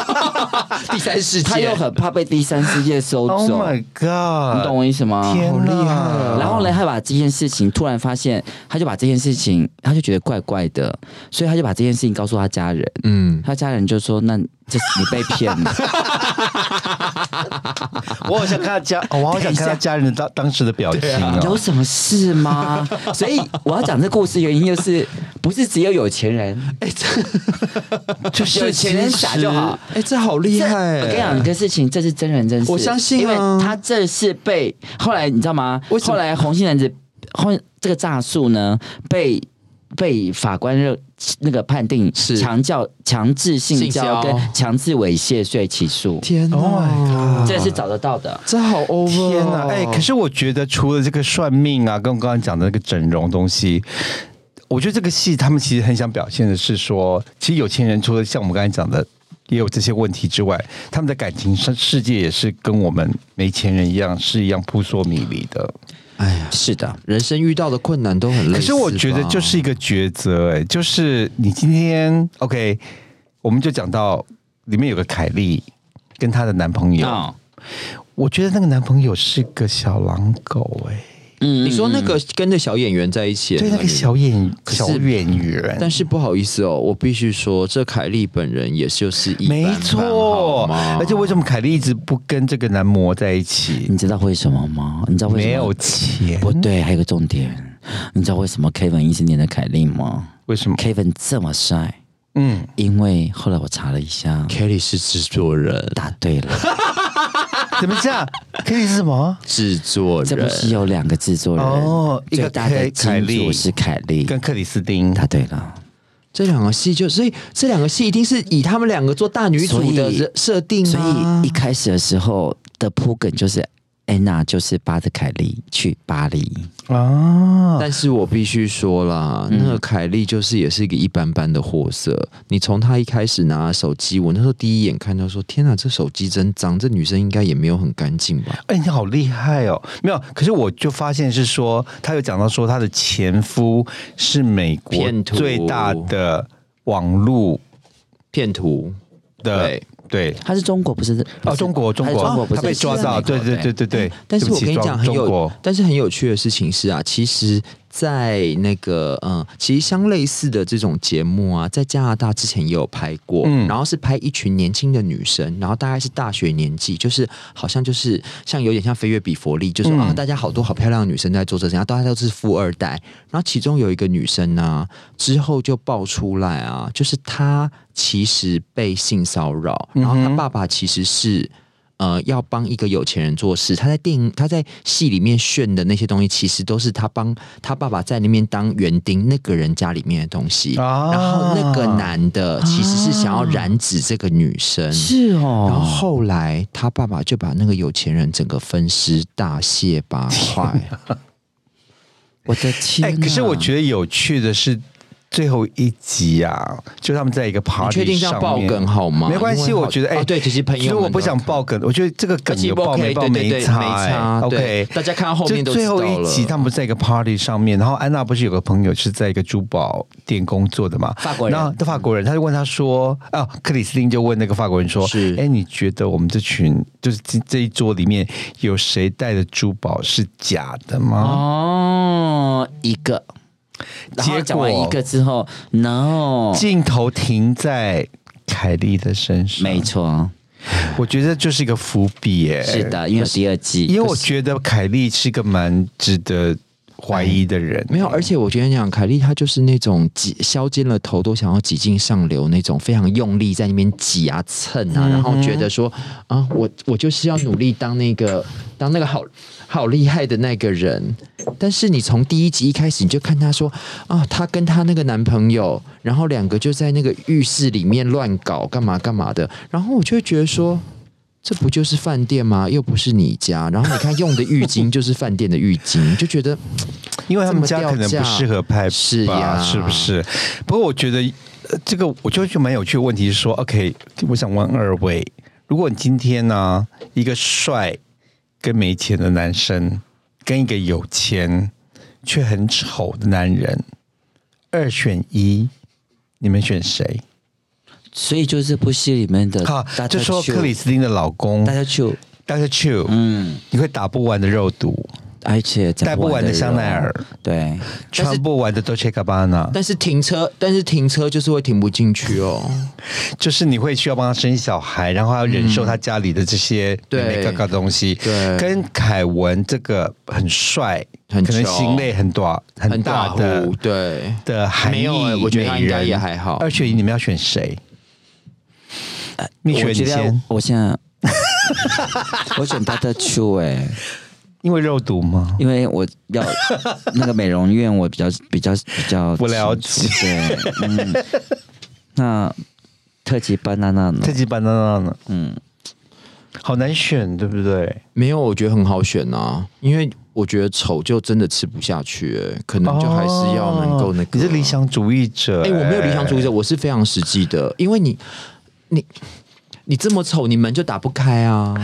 B: [laughs] 第三世
C: 他
B: 界
C: 又，很怕被第三世界收
A: Oh
C: 走。
A: my
C: 你
A: god！
C: 懂我意思吗？
A: 呃天哪好厉害啊
C: 然后呢，他把这件事情突然发现，他就把这件事情，他就觉得怪怪的，所以他就把这件事情告诉他家人。
B: 嗯，
C: 他家人就说：“那这是你被骗
A: [laughs]
C: 了。
A: 我好想看他家，哦我好想看他家人的当当时的表情
C: 有
A: 哦。
C: 什么事吗？” [laughs] 所以我要讲这故事原因就是，不是只有有钱人，
A: 就是
C: 有钱人
A: 其实
C: 傻就好。
B: 哎、这好厉
C: 这
B: 害、
C: 我跟你讲，这事情这是真人真事，
B: 我相信啊
C: 因为他这是被后来你知道吗
B: 为？什么
C: 后来红姓男子后这个诈术呢，被被法官认那个判定
B: 是
C: 强教强制性
B: 性
C: 交
B: 交
C: 跟强制猥亵罪起诉，
B: 天啊哪
A: Oh my god！
C: 这是找得到的。
B: 这好 over，
A: 天哪！
B: 哦
A: 哎、可是我觉得除了这个算命啊，跟我刚刚讲的那个整容东西，我觉得这个戏他们其实很想表现的是说，其实有钱人除了像我们刚才讲的。也有这些问题之外，他们的感情世世界也是跟我们没钱人一样，是一样扑朔迷离的。
B: 哎呀，
C: 是的，
B: 人生遇到的困难都很类似吧，
A: 可是我觉得就是一个抉择，哎，就是你今天 OK，我们就讲到里面有个凯莉跟她的男朋友，
C: 啊，
A: 我觉得那个男朋友是个小狼狗、哎，
C: 嗯
B: 你说那个跟着小演员在一起的
A: 对那个
B: 女
A: 小演
B: 是
A: 小演员，
B: 但是不好意思哦，我必须说，这凯莉本人也就是一般
A: 没
B: 般
A: 错
B: 好，吗
A: 而且为什么凯莉一直不跟这个男模在一起
C: 你？知道为什么吗？你知道为什么
A: 没有钱，
C: 不对？还有个重点，你知道为什么 Kevin 一直念的凯莉吗
A: 为什么？
C: ？Kevin 这么帅，
A: 嗯，
C: 因为后来我查了一下，
B: 凯莉是制作人，
C: 答对了。
A: 怎么
B: [laughs]
A: 这样？凯莉是什么？
B: 制作
C: 这
B: 人
C: 部戏有两个制作人
A: 哦一个
C: 最大的
A: 凯凯
C: 金
A: 莉
C: 主是凯莉，
A: 跟克里斯汀
C: 答对了。
B: 这两个戏就所以这两个戏一定是以他们两个做大女主的
C: 所以
B: 设设定
C: 所
B: 啊
C: 以一。开始的时候的铺梗就是安娜就是扒着凯莉去巴黎，
A: 啊，
B: 但是我必须说啦，
C: 嗯
B: 那个凯莉就是也是一个一般般的货色。你从她一开始拿手机，我那时候第一眼看到说：“天啊哪，这手机真脏！这女生应该也没有很干净吧
A: 哎、你好厉害哦！没有，可是我就发现是说，她有讲到说她的前夫是美国
B: 骗徒
A: 最大的网络？”
B: 骗图
A: 的
B: 对
A: 对
C: 她是中国不是？
A: 哦，
C: 不是
A: 中国中
C: 她是
A: 国，
C: 中国不
A: 他
C: 是
A: 被抓
C: 是
A: 到，
C: 美国
A: 对对对对对。
B: 嗯但是
A: 对不
B: 我
A: 起
B: 跟你
A: 中
B: 讲，很
A: 中
B: 有
A: 国，
B: 但是很有趣的事情是啊，其实，在那个嗯，其实相类似的这种节目啊，在加拿大之前也有拍过，
A: 嗯
B: 然后是拍一群年轻的女生，然后大概是大学年纪，就是好像就是像有点像飞跃比佛利，就是、
A: 嗯
B: 啊，大家好多好漂亮的女生在做这件事，然后大家都是富二代，然后其中有一个女生呢、之后就爆出来啊，就是她其实被性骚扰，
A: 嗯
B: 然后她爸爸其实是。呃，要帮一个有钱人做事，她在电影、她在戏里面炫的那些东西，其实都是她帮她爸爸在那边当园丁那个人家里面的东西。
A: 啊
B: 然后那个男的其实是想要染指这个女生，
C: 是
B: 然后
C: 哦，
B: 后来他爸爸就把那个有钱人整个分尸大卸八块。
C: 我的天
A: 哎、
C: 哪！
A: 可是我觉得有趣的是，最后一集啊，就他们在一个 party
B: 确定这样
A: 上
B: 爆
A: 面
B: 梗好吗
A: 没关系，
B: 因为好
A: 我觉得哎、
B: 哦对其实朋友们
A: 所以我不想爆梗，我觉得这个梗有爆没爆
B: 而且 OK，对对对
A: 差,、
B: 没差对
A: OK，
B: 大家看到后面都
A: 就最后
B: 知道
A: 一
B: 了
A: 集，他们不是在一个 party 上面，然后安娜不是有个朋友是在一个珠宝店工作的嘛，
C: 法国人
A: 然后法国人，他就问他说，啊，克里斯汀就问那个法国人说，
B: 是
A: 哎、你觉得我们这群就是这这一桌里面有谁戴的珠宝是假的吗？
C: 哦，一个，然
A: 结
C: 后
A: 果
C: 讲完一个之后，no，
A: 镜头停在凯莉的身上，
C: 没错，
A: 我觉得就是一个伏笔耶、
C: 是，的，因为有第二季，
A: 哎因为我觉得凯莉是一个蛮值得怀疑的人。
B: 没有，而且我觉得讲凯莉她就是那种挤削尖了头都想要挤进上流那种，非常用力在那边挤啊蹭啊，然后觉得说啊，我我就是要努力当那个当那个好好厉害的那个人。但是你从第一集一开始你就看她说啊，她跟她那个男朋友，然后两个就在那个浴室里面乱搞干嘛干嘛的，然后我就会觉得说。这不就是饭店吗？又不是你家，然后你看用的浴巾就是饭店的浴巾，就觉得
A: 因为他们家可能
B: 这么掉
A: 不
B: 价
A: 适合拍吧，
B: 是呀
A: 是不是？不过我觉得、呃这个我就就蛮有趣的问题是说，OK，我想问二位，如果你今天呢、一个帅跟没钱的男生，跟一个有钱却很丑的男人，二选一，你们选谁？
C: 所以就是这部戏里面的
A: 好，
C: 大家
A: 就说
C: 去
A: 克里斯汀的老公
C: 大家去，
A: Dr. Chu，
C: 嗯，
A: 你会打不完的肉毒，
C: 而且讲
A: 戴不完的
C: 人
A: 香奈儿，
C: 对，
B: 但是
A: 穿不完的 Dolce Gabbana，
B: 但是停车，但是停车就是会停不进去哦。
A: 嗯就是你会需要帮他生小孩，然后还要忍受他家里的这些
B: 对
A: 美嘎嘎东西。
B: 对
A: 跟凯文这个很帅，
B: 很
A: 可能
B: 穷
A: 心累很大很大的
B: 户对，
A: 的韩
B: 没
A: 裔
B: 有欸我觉得他
A: 美
B: 应该
A: 人
B: 也还好呃
A: 二选一，你们要选谁？蜜雪
C: 我
A: 你
C: 觉得
A: 先，
C: 我现在我选大家去哎，
A: 因为肉毒吗？
C: 因为我要那个美容院，我比较比较比较
A: 不了
C: 清楚对，嗯，那特级班娜娜呢
A: 特？级班娜娜呢？
C: 嗯，
A: 好难选，对不对？
B: 没有，我觉得很好选啊，因为我觉得丑就真的吃不下去、欸，可能就还是要能够那个。
A: 哦你是理想欸主义者、
B: 哎、我没有理想主义
A: 者。
B: 者，我是非常实际的，因为你你你这么丑，你门就打不开啊。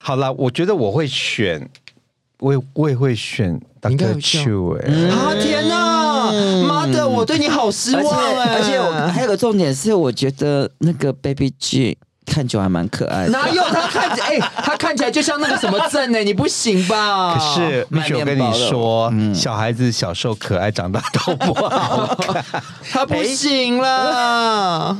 A: 好啦，我觉得我会选，我也我也会选
B: 你应该
A: Doctor
B: 会这样
A: Chu 哎、
B: 啊天哪，妈的，我对你好失
C: 而且
B: 望哎、
C: 而且我还有个重点是，我觉得那个 Baby G 看久还蛮可爱的。
B: 哪有他看起来？哎、他看起来就像那个什么症哎、你不行吧？
A: 可是，
C: 卖
A: Mitch，我跟
C: 面包
A: 你
C: 的
A: 说，小孩子小时候可爱，长大都不好看。
B: 他不行了，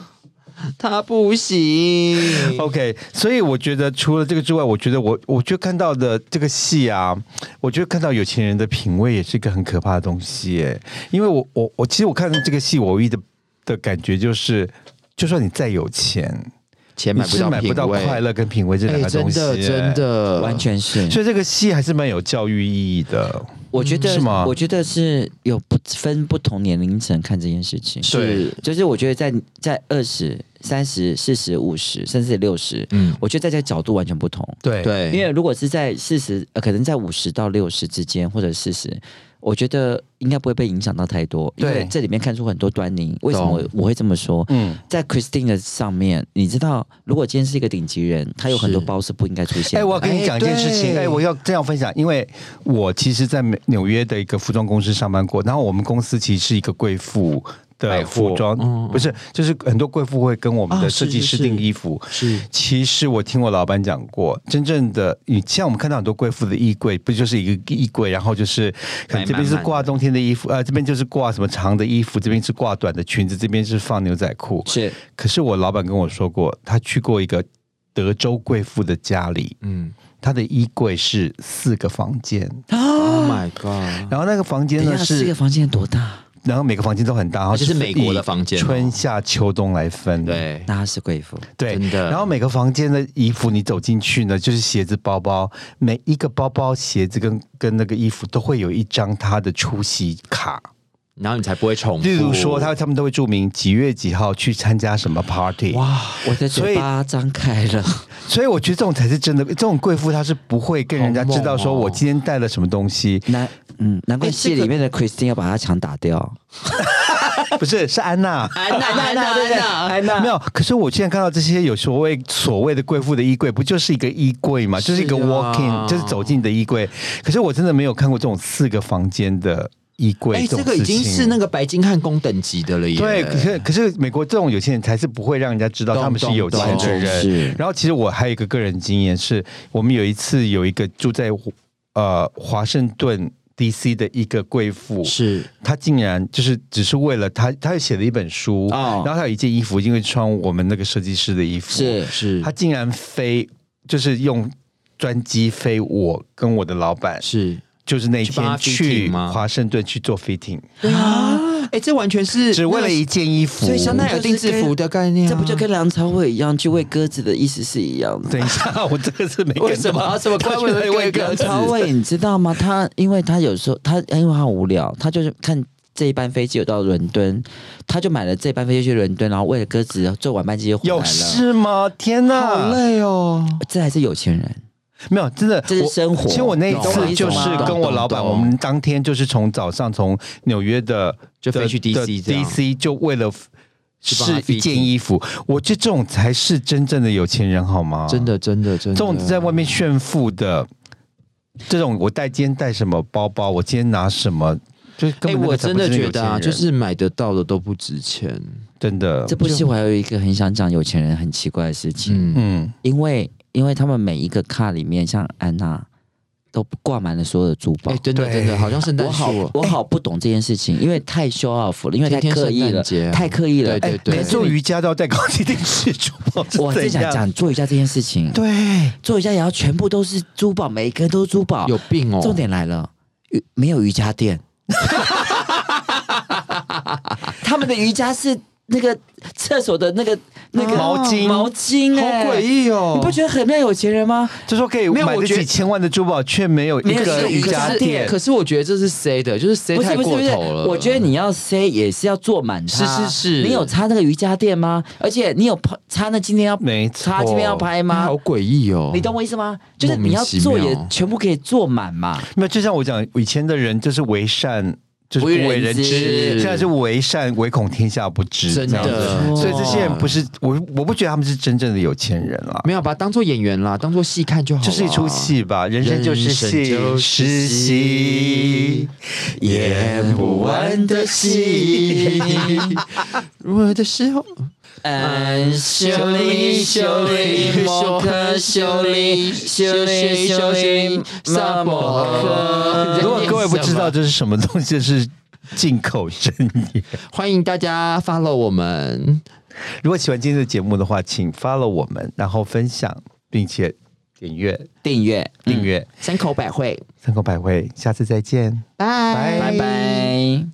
B: 他不行。
A: OK，所以我觉得除了这个之外，我觉得我我就看到的这个戏啊，我觉得看到有钱人的品味也是一个很可怕的东西耶。因为我我我其实我看这个戏，我唯一的的感觉就是，就算你再有 [laughs] 钱，
B: 钱
A: 你是买不到快乐跟品味这两
B: 哎，
A: 个
B: 真
A: 东西欸
B: 的
A: 耶，
B: 真的
C: 完。全是，
A: 所以这个戏还是蛮有教育意义的。
C: 我觉得
A: 嗯是吗
C: 我觉得是有不分不同年龄层看这件事情，
B: 是
C: 就是我觉得在在二十三十四十五十甚至六十，
B: 嗯，
C: 我觉得在这角度完全不同。
A: 对
B: 对，
C: 因为如果是在四十、呃，可能在五十到六十之间，或者四十，我觉得应该不会被影响到太多，因为
A: 对
C: 这里面看出很多端倪。为什么我我会这么说？
A: 嗯，
C: 在 Christine 的上面，你知道，如果今天是一个顶级人，他有很多
B: 是
C: 包是不应该出现的。
A: 哎、我要跟你
B: 哎
A: 讲一件事情，哎、
B: 对
A: 我要这样分享，因为我其实，在美纽约的一个服装公司上班过，然后我们公司其实是一个贵妇。
B: 百
A: 的
B: 货
A: 服装
B: 嗯
A: 不是，就是很多贵妇会跟我们
B: 啊
A: 的
B: 是
A: 设计
B: 是
A: 师
B: 是
A: 订衣服。
B: 是
A: 其实我听我老板讲过，真正的你像我们看到很多贵妇的衣柜，不就是一个衣柜，然后就是可能这边是
B: 摆满满的
A: 挂冬天的衣服，呃，这边就是挂什么长的衣服，这边是挂短的裙子，这边是放牛仔裤。
C: 是
A: 可是我老板跟我说过，他去过一个德州贵妇的家里，
B: 嗯
A: 他的衣柜是四个房间，
B: ，Oh my god，
A: 然后那个房间
C: 等一
A: 呢
C: 下，这个
A: 是，
C: 房间多大？
A: 然后每个房间都很大，然后
B: 这是美国的房间哦
A: 以春夏秋冬来分，
B: 对，
C: 那他是贵妇，
A: 对
B: 真的
A: 然后每个房间的衣服你走进去呢，就是鞋子、包包，每一个包包、鞋子跟跟那个衣服都会有一张他的出席卡，
B: 然后你才不会重复。
A: 例如
B: 哦
A: 说他他们都会注明几月几号去参加什么 party，
B: 哇，
C: 我的
A: 所
C: 嘴
A: 以
C: 巴张开了，
A: 所以我觉得这种才是真的，这种贵妇她是不会跟人家知道说
B: 好猛哦
A: 我今天带了什么东西，
C: 那嗯， [laughs] 难怪
A: 哎
C: 戏
A: 这个
C: 里面的 Christine 要把他墙打掉。
B: 哦
A: 不是是安
B: [laughs]
A: 娜。
B: 安娜安娜
C: 对对
B: 安娜
C: 安娜
A: 没有，可是我现在看到这些有所谓所谓的贵妇的衣柜，不就是一个衣柜嘛，就是一个
B: 是啊
A: walking，、就是走进你的衣柜。可是我真的没有看过这种四个房间的衣柜，
B: 哎，这
A: 种
B: 个已
A: 事
B: 经
A: 情
B: 是那个白金汉宫等级的了耶。
A: 对，可是可是美国这种有钱人才是不会让人家知道
B: 懂
A: 他们是有钱
B: 懂
A: 的
B: 懂
A: 人
C: 是。
A: 然后其实我还有一个个人经验是，我们有一次有一个住在呃华盛顿 D.C. 的一个贵妇，
B: 是
A: 她竟然就是只是为了她，她写了一本书，
C: 哦
A: 然后她有一件衣服，因为穿我们那个设计师的衣服，
C: 是
B: 是
A: 她竟然飞，就是用专机飞我跟我的老板，
B: 是
A: 就是那一
B: 去帮她
A: 天去
B: fitting 吗
A: 华盛顿去做 fitting，
B: 啊，哎，这完全是
A: 只为了一嗯件衣服，
B: 所以香奈儿定制服的概念啊，
C: 这不就跟梁朝伟一样去喂鸽子的意思是一样的？
A: 等一下，我这个是没
B: 为什么啊什么关门的
A: 为
B: 贵
A: 个
B: 鸽
C: 梁
B: 子
A: 超
C: 朝伟，你知道吗？他因为他有时候他因为他很无聊，他就是看这一班飞机有到伦敦，他就买了这班飞机去伦敦，然后为了鸽子坐晚班机就回来
A: 有
C: 了。
A: 事吗？天
B: 好
A: 哪，
B: 累哦。
C: 啊这还是有钱人，
A: 没有，真的，
C: 这是
A: 我
C: 生活
A: 其实我那一
C: 懂
A: 次
C: 吗
A: 就是
C: 懂
A: 跟我
B: 懂
A: 老板，
B: 懂
A: 我们当天就是从早上从纽约的
B: 就飞
A: 的
B: 去
A: 的
B: DC 这样
A: DC 就为了
B: 去帮他
A: 试一
B: fitting
A: 件衣服，我觉得这种才是真正的有钱人，好吗？
B: 真，的，真的，
A: 这
B: 真的，
A: 种在外面炫富的，这种我带今天带什么包包，我今天拿什么。就是根
B: 哎、
A: 本那
B: 我
A: 个才
B: 真
A: 不
B: 的
A: 是
B: 觉
A: 有
B: 得
A: 钱
B: 啊，
A: 人
B: 就是买得到的都不值钱。
A: 真的，
C: 这部戏我还有一个很想讲有钱人很奇怪的事情，
B: 嗯，
A: 嗯，
C: 因为因为他们每一个卡里面，像安娜都挂满了所有的珠宝。
B: 哎、真的，
A: 对
B: 真的，好像圣
C: 我
B: 诞
C: 好
B: 树哦，
C: 我好不懂这件事情，因为太 show off 了，因为太
B: 天天
C: 刻意
B: 圣
C: 了
B: 诞节，啊
C: 太刻意了。
B: 对对对
A: 哎
C: 可是
A: 做
C: 你
A: 瑜伽都要带高级定制珠宝，是
C: 我正
A: 怎
C: 想
A: 样
C: 讲做瑜伽这件事情，
A: 对，
C: 做瑜伽也要全部都是珠宝，每一个都是珠宝。
B: 有病哦！
C: 重点来了，瑜没有瑜伽 [laughs] 垫，他们的瑜伽是那个厕所的那个那个
A: 毛巾
C: 毛巾、
B: 好
C: 哎
B: 诡异哦！
C: 你不觉得很像有钱人吗？
A: 就说可以
B: 没有
A: 买
B: 我
A: 得
B: 觉得
A: 起千万的珠宝，却没有一
C: 没有
A: 个
C: 是
A: 瑜
C: 瑜
A: 伽
C: 伽
A: 垫
C: 垫
B: 可。是我觉得这是 C 的，就是 C
C: 不是
B: 太
C: 不是
B: 过
C: 不是
B: 头了。，
C: 我觉得你要 say 也是要做满它，
B: 是是是
C: 你有擦那个瑜伽垫吗？而且你有拍擦那今天要
A: 没错
C: 擦今天要拍
B: 它
C: 吗
B: 好？诡异哦！
C: 你懂我意思吗？就是
B: 莫名
C: 你要
B: 其
C: 做
B: 妙
C: 也全部可以做满嘛。
A: 没有，就像我讲，以前的人就是为善，就是不
C: 为人
A: 为人知，
C: 知
A: 现在是为善，唯恐天下不知，
B: 真
A: 这样子
B: 的哦
A: 所以这些人不是我，我不觉得他们是真正的有钱人啦，
B: 没有把它当做演员啦，当做戏看就好。
A: 就是一出，戏吧，人生就是
B: 人
A: 戏，
B: 生就是
A: 戏
B: 戏，
A: 演不完的戏。
B: 如果的时候，
C: 嗯，修理修理摩诃修理修理修理萨摩诃。
A: 如果各位不知道这是什么东西，是进口真言。
B: 欢迎大家 follow 我们。
A: 如果喜欢今天的节目的话，请 follow 我们，然后分享，并且点阅、
C: 订阅，
A: 订阅
B: 山口百惠，
A: 三口百味，下次再见，
B: 拜
A: 拜
C: 拜拜。